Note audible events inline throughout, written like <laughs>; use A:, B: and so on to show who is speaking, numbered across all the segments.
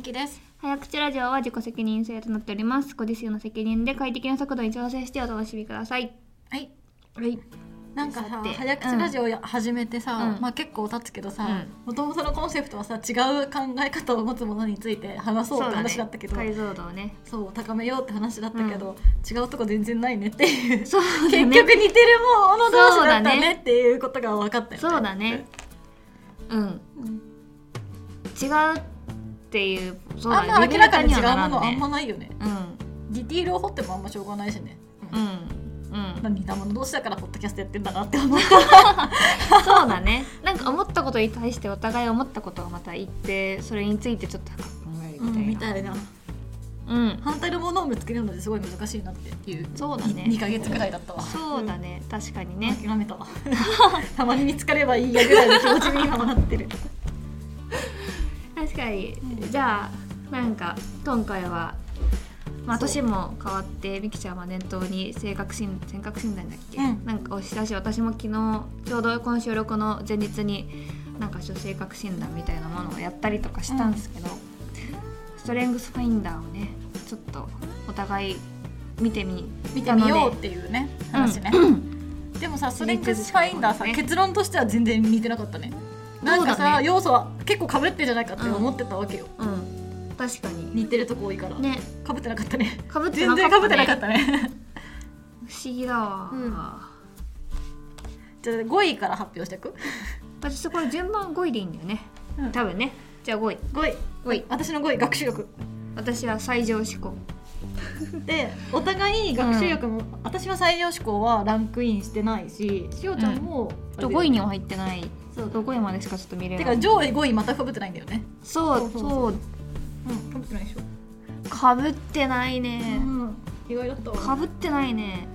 A: きです
B: 早口ラジオは自己責任制となっておりますご自身の責任で快適な速度に調整してお楽しみください
A: はい
B: はい
A: なんかさ
B: さて
A: 早口ラジオや始めてさ、
B: うん
A: まあ結構経つけどさ
B: うん
A: もともとのコンセプトはさ違う考え方を持つものについて話そうって話だったけどそう,、
B: 解像度をね
A: 高めようって話だったけど、違うとこ全然ないねっていう
B: そうだ
A: 結
B: ね
A: 局似てるもの同士だ
B: そ
A: っ
B: うだ
A: たね
B: ね
A: っていうことが分かったよね
B: そうだねうん
A: うん
B: 違うっていうそう
A: あ
B: だね
A: んま明らかに違う
B: 微妙な
A: ものあんま
B: 感
A: ないよね
B: じにはならんね
A: ディティールを掘ってもあんましょうがないしね、
B: うんうんうん
A: まあ似たもの同士だからポッドキャストやってんだなって思っ
B: そうだねなんか思ったことに対してお互い思ったことをまた言ってそれについてちょっと深く考える
A: た
B: み
A: み
B: たいな
A: たいな
B: うん
A: 反対のものを見つけるのですごい難しいなっていう
B: そうだね
A: 2ヶ月くらいだったわ
B: そうだね確かにね
A: 諦めた <laughs> わたまに見つかればいいやぐらいの気持ちに今はなってる
B: 確かに
A: うん
B: じゃあなんか今回はまあ年も変わってみきちゃんは念頭に性格診性格診断だっけ、
A: うん
B: なんかをしたし私も昨日ちょうどこの収録の前日になんかちょっと性格診断みたいなものをやったりとかしたんですけど、ストレングスファインダーをねちょっとお互い見てみ
A: 見てみようっていうね話ね、でもさストレングスファインダーさ、
B: ね
A: 結論としては全然似てなかったねなんか
B: そう
A: さ、
B: だね
A: 要素は結構かぶってんじゃないかって思ってたわけよ、
B: うん確かに
A: 似てるとこ多いから
B: ね
A: かぶってなかったね
B: かぶって
A: 全
B: なか
A: 然
B: っ、
A: かぶったてなかっ
B: ね、
A: たね
B: 不思議だわ、
A: うん <laughs> じゃあ5位から発表していく
B: 私これ順番5位でいいんだよね、
A: うん
B: 多分ねじゃあ5位
A: 5位
B: 5位
A: 私の5位学習力
B: 私は最上志向
A: でお互い学習力も、私は最上志向はランクインしてないししおちゃんも、
B: と5位には入ってない
A: そうだ
B: 5位までしかちょっと見れ
A: て
B: な
A: か
B: い
A: 上位5位またかぶってないんだよね
B: そうそ
A: そ
B: うう
A: そううんかぶってないでしょ、
B: かぶってないね
A: うん意外だったわ
B: かぶってないね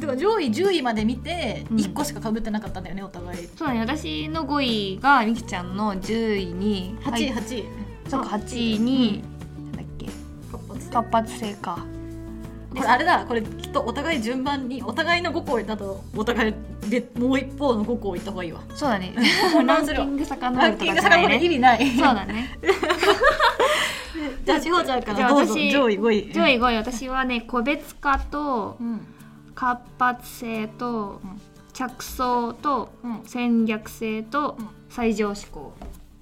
A: てか上位10位まで見て
B: うん
A: 1個しかかぶってなかったんだよねお互い
B: そうだね私の5位がみきちゃんの10位に
A: 8位
B: 入っ
A: 8位
B: そうか8位に、なんだっけ
A: 活発
B: 活発性か
A: これあれだこれきっとお互い順番にお互いの5個だとお互いでもう一方の5個いった方がいいわ
B: そう
A: <laughs>
B: だね
A: 混
B: ラ
A: 乱
B: ン
A: す
B: キ
A: るわ
B: ング遡
A: ラ
B: る
A: ン
B: と
A: キン
B: かじ
A: グ
B: ゃな
A: 遡
B: い
A: る意
B: ね
A: 味ない
B: そうだね
A: <laughs> じゃあしほちゃんか
B: じ
A: ら
B: ゃあ
A: どうぞ
B: 私
A: 上位5位
B: 上位5位私はね個別化と
A: うん
B: 活発性と
A: うん
B: 着想と
A: うん
B: 戦略性と
A: うん
B: 最上志向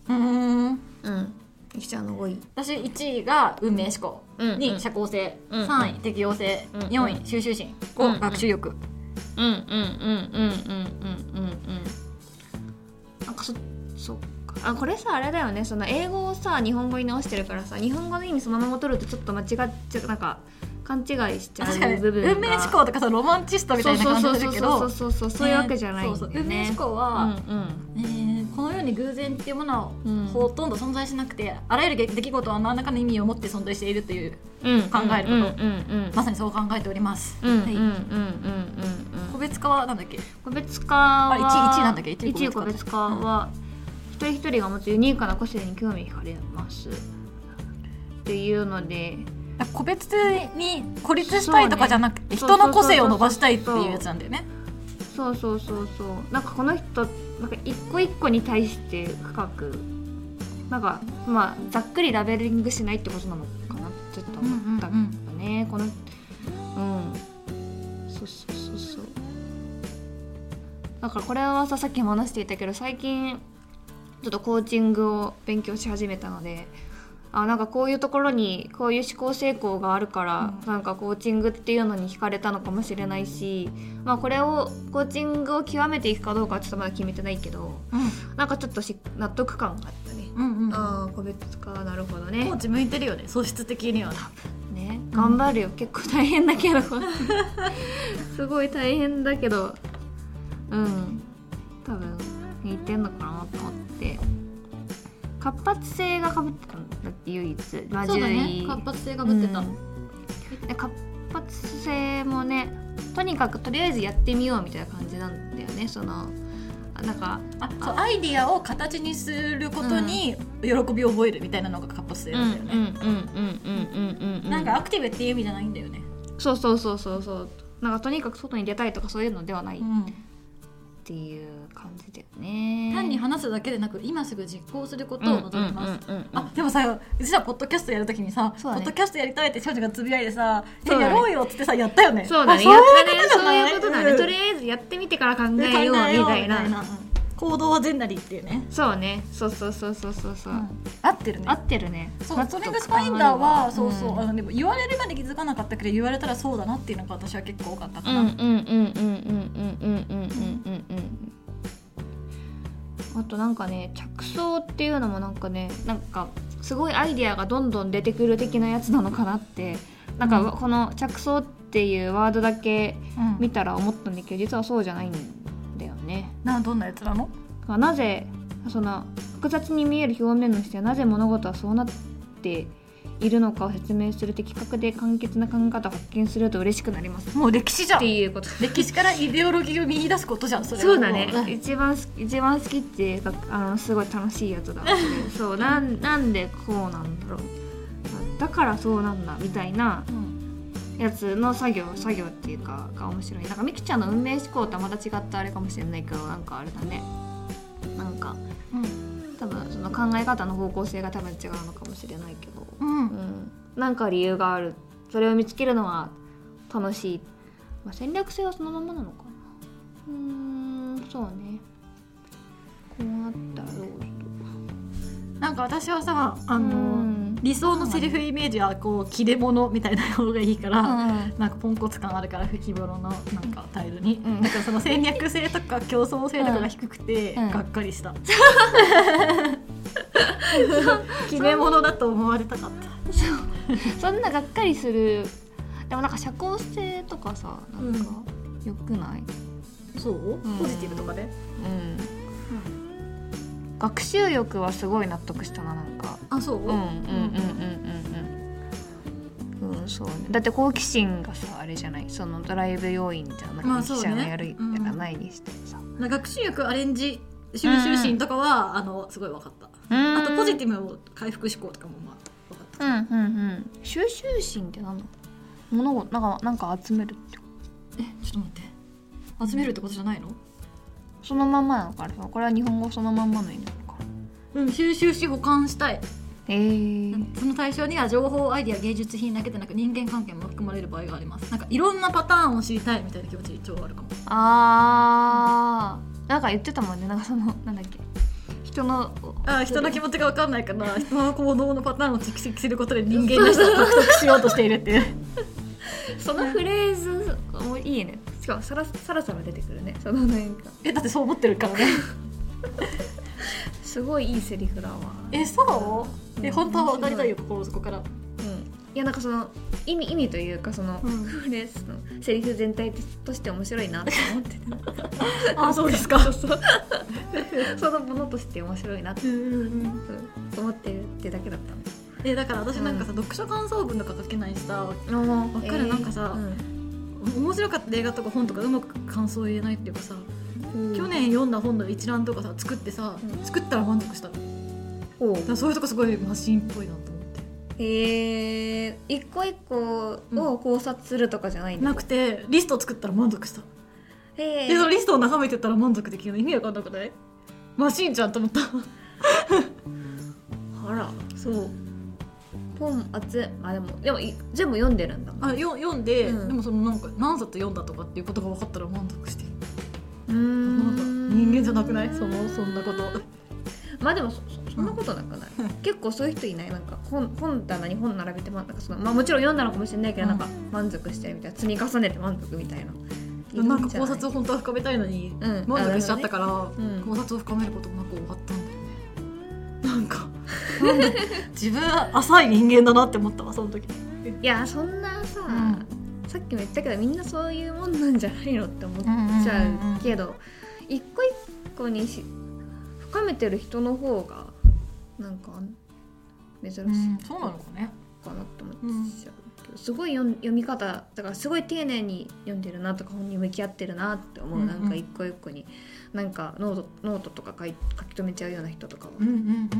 A: うーん
B: うんゆきちゃんの5位
A: 私1位が運命思考
B: うんうん
A: 2位社交性
B: うんうん
A: 3位適応性
B: うんうん
A: 4位収集心
B: うんう
A: 5
B: ん
A: 学習力
B: うんうんうんうんうんうんうんなんかそそうかあこれさあれだよねその英語をさ日本語に直してるからさ日本語の意味そのまま取るとちょっと間違っちゃうなんか勘違いしちゃ
A: 確かに
B: う部分が
A: 運命思考とかさロマンチストみたいな感じするけ
B: そ
A: ど
B: うそうそうそうそうそういうわけじゃないんだよね
A: そうそう運命思考
B: うん
A: は、
B: うん
A: えーこのように偶然っていうものは
B: うん
A: ほとんど存在しなくて、あらゆる出来事は何らかの意味を持って存在しているという
B: うん
A: 考えること
B: うんうん
A: まさにそう考えております、
B: うんうんうんうんうんうん
A: は
B: う
A: い、
B: ん
A: 個別化はなんだっけ
B: 個別化は
A: あ一位一位なんだっけ一位
B: 一位
A: 個
B: 個
A: 別
B: 別
A: 化
B: 化は、一人一人が持つユニークな個性に興味惹かれますっていうので
A: 個別に孤立したいとかじゃなくて、
B: そうね
A: 人の個性を伸ばしたいっていうやつなんだよね
B: そうそうそうそうなんかこの人なんか一個一個に対して深くなんかまあざっくりラベリングしないってことなのかなってちょっと思ったんだね、このうんそうそうそうそうだからこれはささっきも話していたけど最近ちょっとコーチングを勉強し始めたのであなんかこういうところにこういう思考成功があるから、
A: うん
B: なんかコーチングっていうのに惹かれたのかもしれないし、まあ、これをコーチングを極めていくかどうかはちょっとまだ決めてないけどなんかちょっとし納得感があったね。
A: うんうんうん
B: ああ個別化なるほど
A: コ
B: ね
A: ーチ向いてるよね素質的には
B: ね頑張るよ、結構大変だけどすごい大変だけどうん多分似てんのかなと思って活発性がかぶってたんだって唯一まあ
A: そうだ
B: 10
A: ね
B: 位
A: 活発性
B: か
A: がぶってた、
B: で活発性もねとにかくとりあえずやってみようみたいな感じなんだよねそのあなんか
A: あそうアイディアを形にすることに喜びを覚えるみたいなのが活発性なんだよね、
B: うんう
A: なんかアクティブっていう意味じゃないんだよね、
B: そうそうそうそうそうなんかとにかく外に出たいとかそういうのではない、
A: ん、
B: っていう感じだよね
A: 単に話すだけでなく今すぐ実行することを望みます、
B: うんうんうんうん
A: あでもさうちらポッドキャストやるときにさ、
B: そ
A: ポ
B: うだ
A: ッ
B: ね
A: ドキャストやりたいって少女がつぶやいてさ「え
B: そうだね
A: やろうよ」っつってさやったよね
B: そうだね
A: あ
B: やったね
A: そう
B: そう
A: い
B: いううこ
A: こ
B: とと
A: じ
B: だ
A: ゃない
B: ね、
A: うん
B: とりあえずやってみてから考えようみ
A: で考
B: た
A: え
B: い
A: よう
B: な
A: みたいなうん行動は善なりっていうね、
B: そうねそうそうそうそうそうそう、
A: 合ってるね
B: 合ってるね
A: そう
B: ま
A: ストレングスファインダーは
B: ちょっ
A: そう
B: と
A: そう、
B: 考え
A: あ
B: れば
A: のでも言われるまで気づかなかったけど言われたらそうだなっていうのが私は結構多かったか
B: うん
A: な、
B: うんうんうんうんうんうんうんうんうんあとなんかね着想っていうのもなんかねなんかすごいアイディアがどんどん出てくる的なやつなのかなってなんかこの着想っていうワードだけ
A: うん
B: 見たら思ったんだけど実はそうじゃないんだよね。
A: などんなやつなの
B: だからなぜその複雑に見える表面の視はなぜ物事はそうなっているのかを説明する的確で簡潔な考え方を発見すると嬉しくなりますっ
A: もう歴史じゃん
B: ていうこと
A: 歴史からイデオロギーを見出すことじゃんそれは
B: そうだ
A: も
B: ね一番好き一番好きっていうかあのすごい楽しいや <laughs> つだわそうなんなんでこうなんだろうあだからそうなんだみたいな
A: うん
B: やつの作業作業っていうかが面白いなんかみきちゃんの運命思考とはまた違ったあれかもしれないけどなんかあれだねなんか多分その考え方の方向性が多分違うのかもしれないけど、
A: うん、うん
B: うん、なんか理由があるそれを見つけるのは楽しい、まあ、戦略性はそのままなのかなうーんそうねこうなったらどうす
A: なんか私はさあ
B: あ
A: の、
B: うん
A: 理想のセリフイメージはこう切れ物みたいな方がいいから、
B: うん
A: なんかポンコツ感あるから吹き物のなんかタイルに、
B: うん
A: なんかその戦略性とか競争性とかが低くて、
B: うん
A: がっかり <laughs> した、決め物だと思われたかった
B: そんながっかりするでもなんか社交性とかさなんか良くない、
A: そう、
B: ん
A: ポジティブとかで
B: うん、学習欲はすごい納得したななんか
A: あそ
B: う
A: う、
B: んうんうんうんうんうんそうねだって好奇心がさあれじゃないそのドライブ要員じゃな
A: まあ
B: く
A: そう
B: 記
A: ね
B: 者のやるや
A: うん
B: らないにしてさ、
A: なんか学習力アレンジ収集心とかは、あのすごい分かったあとポジティブも回復思考とかもまあ分かった
B: うんうんうん収集心って何だ物事なんかなんか集めるってこと
A: えちょっと待って集めるってことじゃないの
B: そのまんまなのかあれはこれは日本語そのまんまの意味なのか
A: うん収集し保管したい
B: えー、
A: その対象には情報アイディア芸術品だけでなく人間関係も含まれる場合がありますなんかいろんなパターンを知りたいみたいな気持ち一応あるかも
B: あーなんか言ってたもんねなんかそのなんだっけ人の
A: あ人の気持ちが分かんないから人の行動のパターンを蓄積することで人間らしさを獲得しようとしているっていう
B: そのフレーズもいいねしかもさらさらさら出てくるねそのなんか
A: えだってそう思ってるからね
B: すごいいいセリフだわ
A: <laughs> えそうえ本当は分かりたいよ心の底から
B: うんいやなんかその意味意味というかその、
A: うん
B: フレーズのセリフ全体として面白いなって思
A: <laughs>
B: ってた
A: あそうですか
B: そのものとして面白いなって
A: うんうんうん
B: うん思ってるってだけだった
A: えだから私なんかさ、読書感想文とか書けないしさ
B: の
A: わかるなんかさ面白かった映画とか本とかうまく感想言えないっていうかさ、去年読んだ本の一覧とかさ作ってさ、
B: うん
A: 作ったら満足しただか
B: おう
A: らそういうとこすごいマシンっぽいなと思って
B: えー、一個一個を考察するとかじゃないんだ、
A: なくてリスト作ったら満足した
B: え
A: でそのリストを眺めてたら満足できるの意味わかんなくないマシンじゃんと思った
B: <laughs> あら
A: そう
B: 本集まあでもでもい全部読んでるんだもん
A: あよ読んで、
B: うん
A: でもそのなんか何冊読んだとかっていうことが分かったら満足してる
B: うー
A: なん
B: ん
A: か人間じゃなくないそのそんなこと
B: まあでもそそそんなことなくない、結構そういう人いないなんか本本棚に本並べてまなんかそのまあもちろん読んだのかもしれないけど、
A: うん
B: なんか満足してるみたいな積み重ねて満足みたいな
A: なんか考察
B: を
A: を本当は深めたいのに、
B: うん
A: 満足しちゃったから、
B: ねうん
A: 考察を深めることもなく終わったんだよねなんかなんだ自分浅い人間だなって思ったわその時
B: いやそんなさ、
A: うん
B: さっきも言ったけどみんなそういうもんなんじゃないのって思っちゃ
A: うんうんうんうん
B: うけど、一個一個にし深めてる人の方がなんか珍しい
A: そうなのかね
B: かなって思っちゃうけど、すごい読ん読み方だからすごい丁寧に読んでるなとか本に向き合ってるなって思う、
A: うんうん
B: なんか一個一個になんかノートノートとか書い書き留めちゃうような人とかは、
A: うんうんうん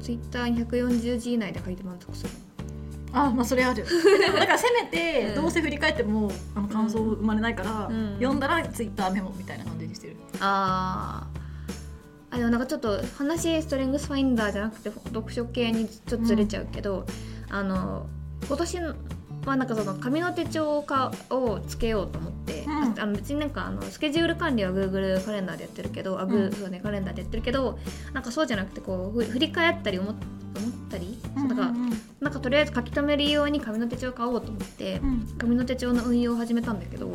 B: ツイッターに140字以内で書いて満足する
A: うんあまあそれあ <laughs> るでもだからせめて
B: うん
A: どうせ振り返ってもあの感想生まれないから、
B: うん
A: 読んだらツイッターメモみたいな感じにしてる
B: あーあでもなんかちょっと話ストレングスファインダーじゃなくて読書系にちょっとずれちゃうけど、あの今年はなんかその紙の手帳化をつけようと思って、
A: うん
B: ああの別になんかあのスケジュール管理は Google カレンダーでやってるけどあ、グ
A: うん
B: ーそうねカレンダーでやってるけどなんかそうじゃなくてこうふ振り返ったり思っ思ったり、そうだからなんかとりあえず書き留めるように紙の手帳買おうと思って、紙の手帳の運用を始めたんだけど、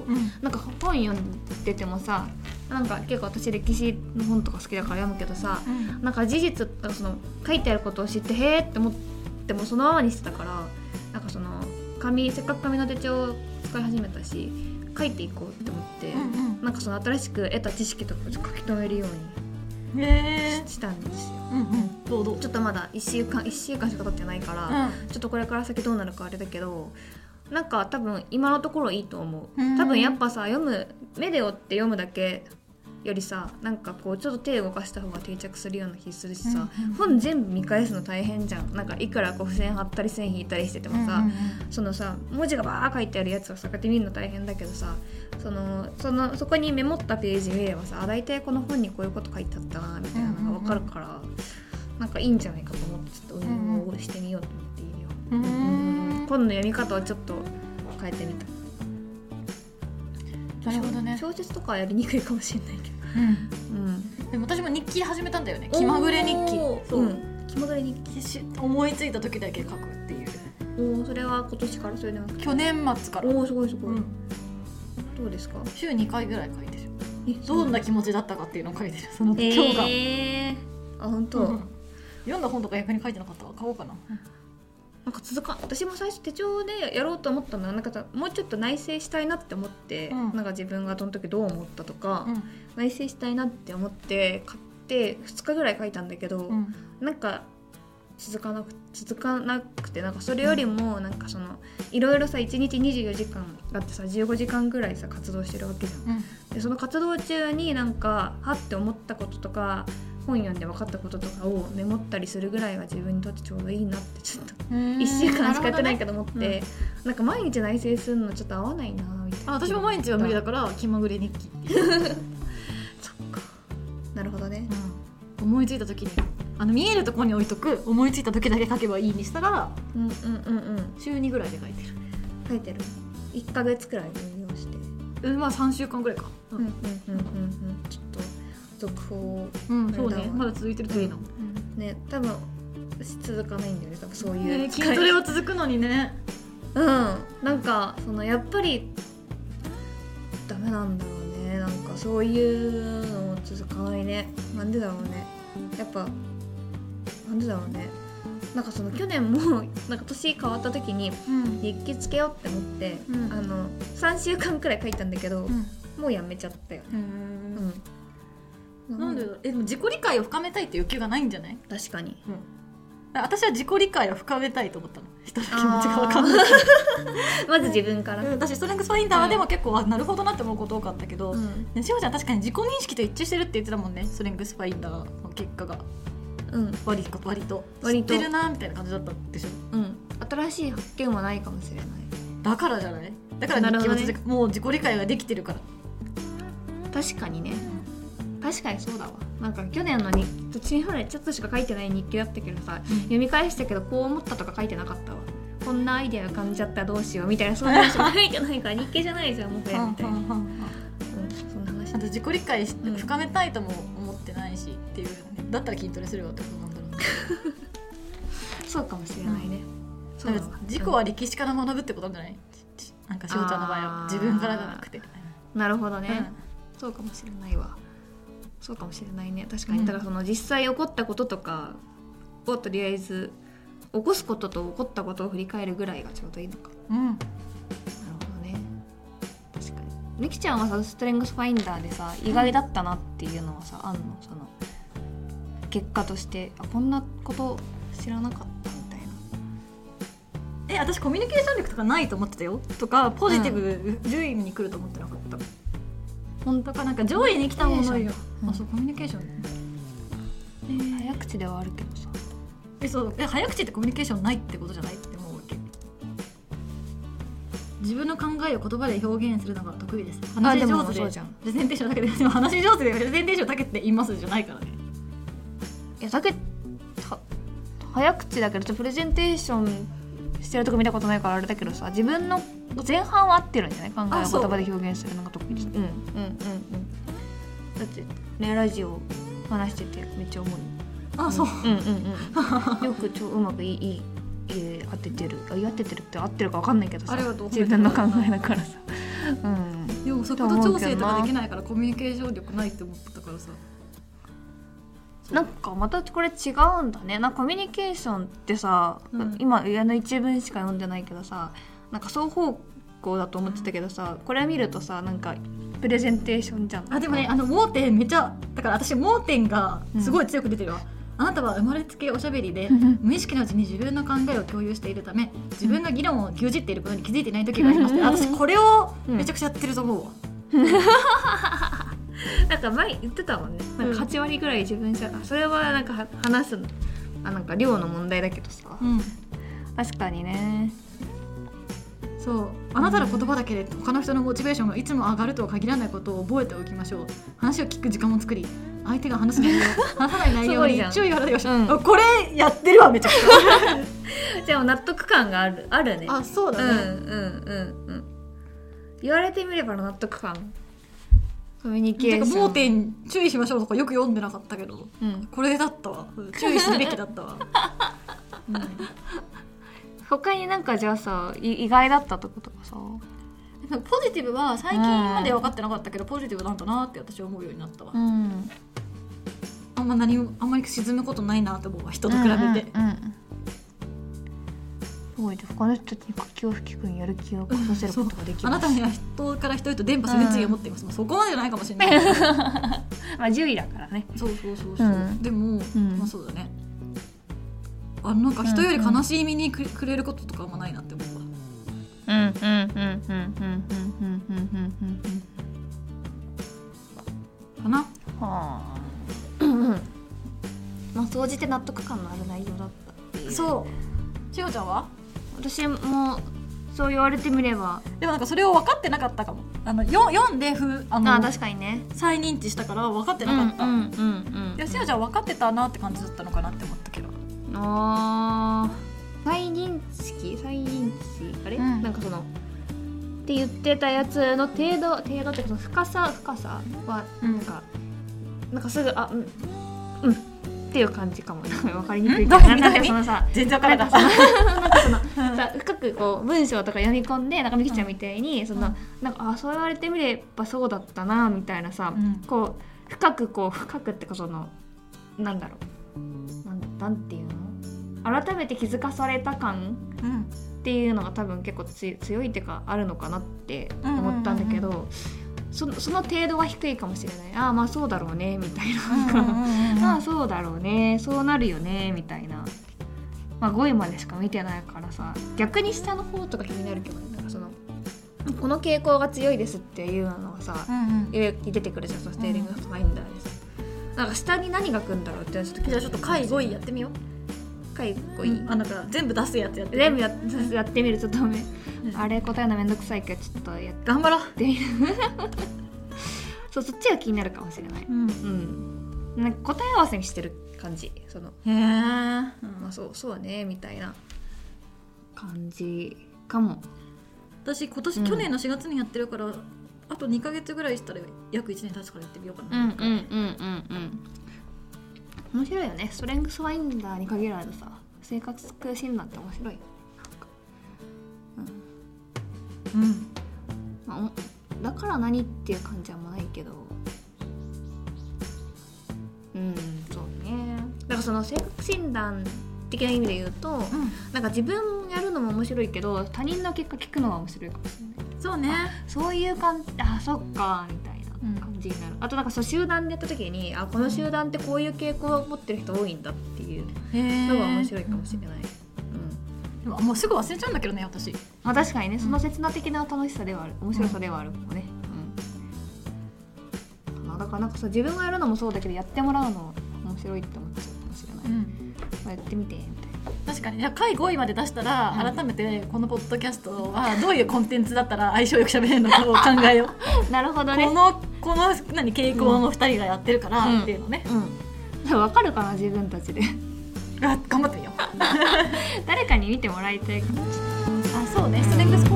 B: なんか本読んでてもさなんか結構私歴史の本とか好きだから読むけどさなんか事実とかその書いてあることを知ってへーって思ってもそのままにしてたからなんかその紙せっかく紙の手帳を使い始めたし書いていこうって思って、なんかその新しく得た知識とかを書き留めるよう
A: へ
B: にししたんですよ。
A: うんうんどうどう
B: ちょっとまだ1週間1週間しか経ってないから、ちょっとこれから先どうなるかあれだけどなんか多分今のところいいと思う、
A: うん
B: 多分やっぱさ読む目で追って読むだけよりさなんかこうちょっと手動かした方が定着するような気するしさ、
A: うんうん
B: 本全部見返すの大変じゃんなんかいくらこう付箋貼ったり線引いたりしててもさ、そのさ文字がバー書いてあるやつをさこうやって見るの大変だけどさそのそのそこにメモったページ見ればさあ大体この本にこういうこと書いてあったなみたいなのが分かるから、なんかいいんじゃないかと思ってちょっと運用をしてみようと思っているよ。
A: う
B: 今
A: ん
B: 度の読み方をちょっと変えてみた
A: なるほどね
B: 小説とかはやりにくいかもしれないけど、
A: でも私も日記始めたんだよね気まぐれ日記
B: おー、
A: そううん
B: 気まぐれ日記
A: 必死思いついた時だけ書くっていう
B: おーそれは今年からそれでなくて
A: 去年末から、
B: おおすごいすごい、
A: うん
B: どうですか
A: 週2回ぐらい書いてる
B: え
A: どんな気持ちだったかっていうのを書いてるその
B: え
A: 今日が、
B: ー、あ本当、
A: うん読んだ本とか逆に書いてなかったわ買おうかな
B: なんか続かん私も最初手帳でやろうと思ったのはなんかさもうちょっと内省したいなって思って、
A: うん
B: なんか自分がその時どう思ったとか、
A: うん
B: 内省したいなって思って買って2日ぐらい書いたんだけど、
A: うん
B: なんか続かなく続かなくてなんかそれよりもなんかそのいろいろさ1日24時間だってさ15時間ぐらいさ活動してるわけじゃん。
A: うん
B: でその活動中になんかはって思ったこととか本読んで分かったこととかをメモったりするぐらいが自分にとってちょうどいいなってちょっと1週間しかやってないけど思ってな,、
A: なるほ
B: んか毎日内省するのちょっと合わないなみたいな
A: あ私も毎日は無理だから気まぐれ日記、
B: そっかなるほどね
A: 思いついた時にあの見えるとこに置いとく思いついた時だけ書けばいいにしたら
B: うんうんうんうん
A: 週2ぐらいで書いて
B: 書いてる1ヶ月くらい運用して
A: るうんまあ3週間ぐらいか
B: うんうんうんうんうんちょっと続報を
A: うん、
B: うん
A: そう
B: だ
A: ね
B: わ
A: まだ続いてるといいな、
B: ね多分私続かないんだよね多分そういう
A: ね
B: 機
A: 筋
B: 会
A: トレは続くのにね
B: うんなんかそのやっぱりダメなんだろうねなんかそういうのも続かないねなんでだろうねやっぱなんでだろうねなんかその去年も <laughs> なんか年変わった時に
A: うん
B: 日記つけようって思って、
A: うん
B: あの3週間くらい書いたんだけど、もうやめちゃったよ、
A: うん
B: うん、
A: なんでだろうえでも自己理解を深めたいっていう欲求がないんじゃない
B: 確かに
A: 私は自己理解を深めたいと思ったの人の気持ちが分かんない
B: <laughs> まず自分から、
A: うん私ストレングスファインダーはでも結構、あなるほどなって思うこと多かったけど、
B: うん
A: ねしほちゃん確かに自己認識と一致してるって言ってたもんねストレングスファインダーの結果が
B: うん
A: 割と割と知
B: 割
A: っ
B: と
A: てるなみたいな感じだったでしょ
B: うん、新しい発見はないかもしれない
A: だからじゃないだから
B: なる
A: 日
B: ほど
A: 記を
B: ね
A: 続けもう自己理解ができてるから
B: 確かにね確かにそうだわなんか去年の日記途中までちょっとしか書いてない日記だったけどさ、読み返したけどこう思ったとか書いてなかったわこんなアイデアが感じちゃったらどうしようみたいなそういう話も書いて <laughs> ないから日記じゃないじゃんもはやみたいな、うん、そんな話
A: あと自己理解し
B: うん
A: 深めたいとも思ってないしっていうね、だったら筋トレするわってことなんだろうな
B: そうかもしれないね、そ
A: だ
B: う
A: か
B: だわ
A: ら自己は歴史から学ぶってことなんじゃないちなんかしほちゃんの場合は
B: あー
A: 自分からじゃなくて、
B: なるほどね、
A: うん
B: そうかもしれないわそうかもしれないね確か
A: う
B: に
A: ん
B: だからその実際起こったこととかをとりあえず起こすことと起こったことを振り返るぐらいがちょうどいいのか
A: うん、
B: なるほどね確かにみきちゃんはさストレングスファインダーでさ意外だったなっていうのはさあんのその結果としてあこんなこと知らなかったみたいな
A: え私コミュニケーション力とかないと思ってたよとかポジティブ順位に来ると思ってなかった、本当かなんか上位に来たものよ、
B: うん
A: あそうコミュニケーション
B: 早口ではあるけどさ
A: えそうえ早口ってコミュニケーションないってことじゃないって思うわけ自分の考えを言葉で表現するのが得意です
B: あ
A: 話
B: で
A: し上
B: も
A: 手
B: そう
A: で
B: じゃん
A: プレゼンテーションだけででも話し上手でプレゼンテーションだけって言いますじゃないからね
B: いやだけた早口だけどプレゼンテーションしてるとこ見たことないからあれだけどさ自分の前半は合ってるんじゃない考えを
A: あそう
B: 言葉で表現するのが得意うんうんうんうんだってねラジオ話しててめっちゃ思う
A: あそう、
B: うんうんうんよくちょうまくいいいいいい当ててるあいい当ててるって合ってるかわかんないけどさ
A: ありがとう
B: 自分の考えだからさうん
A: でも速度調整とかできないからコミュニケーション力ないって思ってたからさ
B: なんかまたこれ違うんだねなんかコミュニケーションってさ、
A: うん
B: 今上の一文しか読んでないけどさなんか双方向だと思ってたけどさこれ見るとさなんかプレゼンテーションじゃん
A: あでもねあの盲点めちゃだから私盲点がすごい強く出てるわ、あなたは生まれつきおしゃべりで
B: うん
A: 無意識のうちに自分の考えを共有しているため自分が議論を牛耳っていることに気づいていない時があります
B: うん
A: 私これをめちゃくちゃやってると思うわ、
B: なんか前言ってたもんねなんか
A: うん
B: 8割ぐらい自分じゃあそれはなんかは話すのあなんか量の問題だけどさ、
A: うん
B: 確かにね
A: そうあなたの言葉だけで他の人のモチベーションがいつも上がるとは限らないことを覚えておきましょう話を聞く時間を作り相手が話す内 <laughs> 容話さない内容
B: すごいじゃん
A: に注意を払ってください、
B: うん
A: あこれやってるわめちゃくち
B: じゃあ納得感があるあるね
A: ゃあそう
B: うんうんうんうん言われてみれば納得感コミュニケ
A: て
B: ー
A: か
B: ション
A: 盲点注意しましょうとかよく読んでなかったけど
B: うん
A: これだったわ注意すべきだったわ、うん
B: 他になんかじゃあさい意外だったとことかさ
A: なんか <laughs> ポジティブは最近まで分かってなかったけどポジティブなんだなって私は思うようになったわ、
B: ん
A: あんま何もあんまり沈むことないなって思うわ人と比べて、
B: うんうんすごいじゃあ他の人たちに気を吹き君やる気を起こさせることができ
A: あ
B: ま
A: な
B: す
A: たには人から人へと伝播する熱意を持っています、まあそこまでじゃないかもしれない <laughs>
B: まあ10位だからね
A: そうそうそうそう、
B: うん
A: でも、
B: うん
A: まあそうだねあなんか人より悲しみにくくれることとかあんまないなって思うわ
B: うんうんうんうんうんうんうんうんうんうん
A: かな
B: はあまあ総じて納得感のある内容だったっていう
A: そうしおちゃんは
B: 私もそう言われてみれば
A: でもなんかそれを分かってなかったかもあのよ読んでふあの
B: あ確かにね
A: 再認知したから分かってなかった、
B: う
A: うん
B: う
A: ん
B: んうん
A: しおちゃん分かってたなって感じだったのかなって思ったけど
B: うんあー再認識再認知あれ、
A: うん
B: なんかそのって言ってたやつの程度程度っていうかその深さ深さは
A: うん
B: なんか、なんかすぐあうんうんっていう感じか <laughs> も分かりにくいけ
A: ど
B: ど
A: ういう意
B: な
A: 味
B: んかそのさ
A: 全然
B: な
A: 分
B: ん
A: か
B: からその
A: な
B: なん
A: かっ
B: かそのさ深くこう文章とか読み込んでなんかみきちゃんみたいにその、
A: うん
B: なんかあそう言われてみればそうだったなみたいなさ、
A: うん
B: こう深くこう深くってかそのなんだろうなんなんていうの改めて気づかされた感
A: た、うん
B: っていうのが多分結構つ強いっていうかあるのかなって思ったんだけど、そのその程度は低いかもしれないああまあそうだろうねみたいな。ま <laughs> あそうだろうねそうなるよねみたいな、まあ、5位までしか見てないからさ逆に下の方とか気になるけどねなんかそのこの傾向が強いですっていうのがさ出てくるじゃんそのステーリングファインダーでさ、なんか下に何が来るんだろうってのはちょっと
A: じゃあちょっと介護位やってみよう
B: 回5位、
A: あなんか全部出すやつやってみよ
B: 全部やっやってみるちょっとめ
A: うん
B: あれ答えるのめんどくさいけどちょっとやっ
A: う頑張ろう、
B: てみるそうそっちが気になるかもしれないうんなんか答え合わせにしてる感じその
A: へえ、
B: まあ、そうそうねみたいな感じかも
A: 私今年、
B: うん
A: 去年の4月にやってるからあと2か月ぐらいしたら約1年経つからやってみようかな、
B: うんうんうんうんうん面白いよねストレングスファインダーに限らずさ生活診断って面白い、
A: うん
B: まあ、おだから何っていう感じはあんまないけどうんそうねだからその性格診断的な意味で言うと、なんか自分やるのも面白いけど他人の結果聞くのは面白いかもしれない
A: そうね
B: そういう感じあそっかみたいな感じになる、あとなんかそう集団でやった時にあこの集団ってこういう傾向を持ってる人多いんだっていうの
A: の
B: が面白いかもしれない、うん
A: でももうすぐ忘れちゃうんだけどね私
B: まあ、確かにねその刹那的な楽しさではある面白さではあるかもね、うんまあだからなんかさ自分がやるのもそうだけどやってもらうの面白いって思っちゃうかもしれない、まあやってみてみたいな
A: 確かにじゃあ下位5位まで出したら、
B: うん
A: 改めてこのポッドキャストはどういうコンテンツだったら相性よく喋れるのかを考
B: <laughs>
A: えよ
B: <laughs>
A: う
B: なるほどね
A: このこの何傾向の2人がやってるからっていうのね、
B: うん <laughs> わかるかな自分たちで <laughs>
A: あ頑張ってみよう
B: 誰かに見てもらいたいかな
A: あそうねストレングス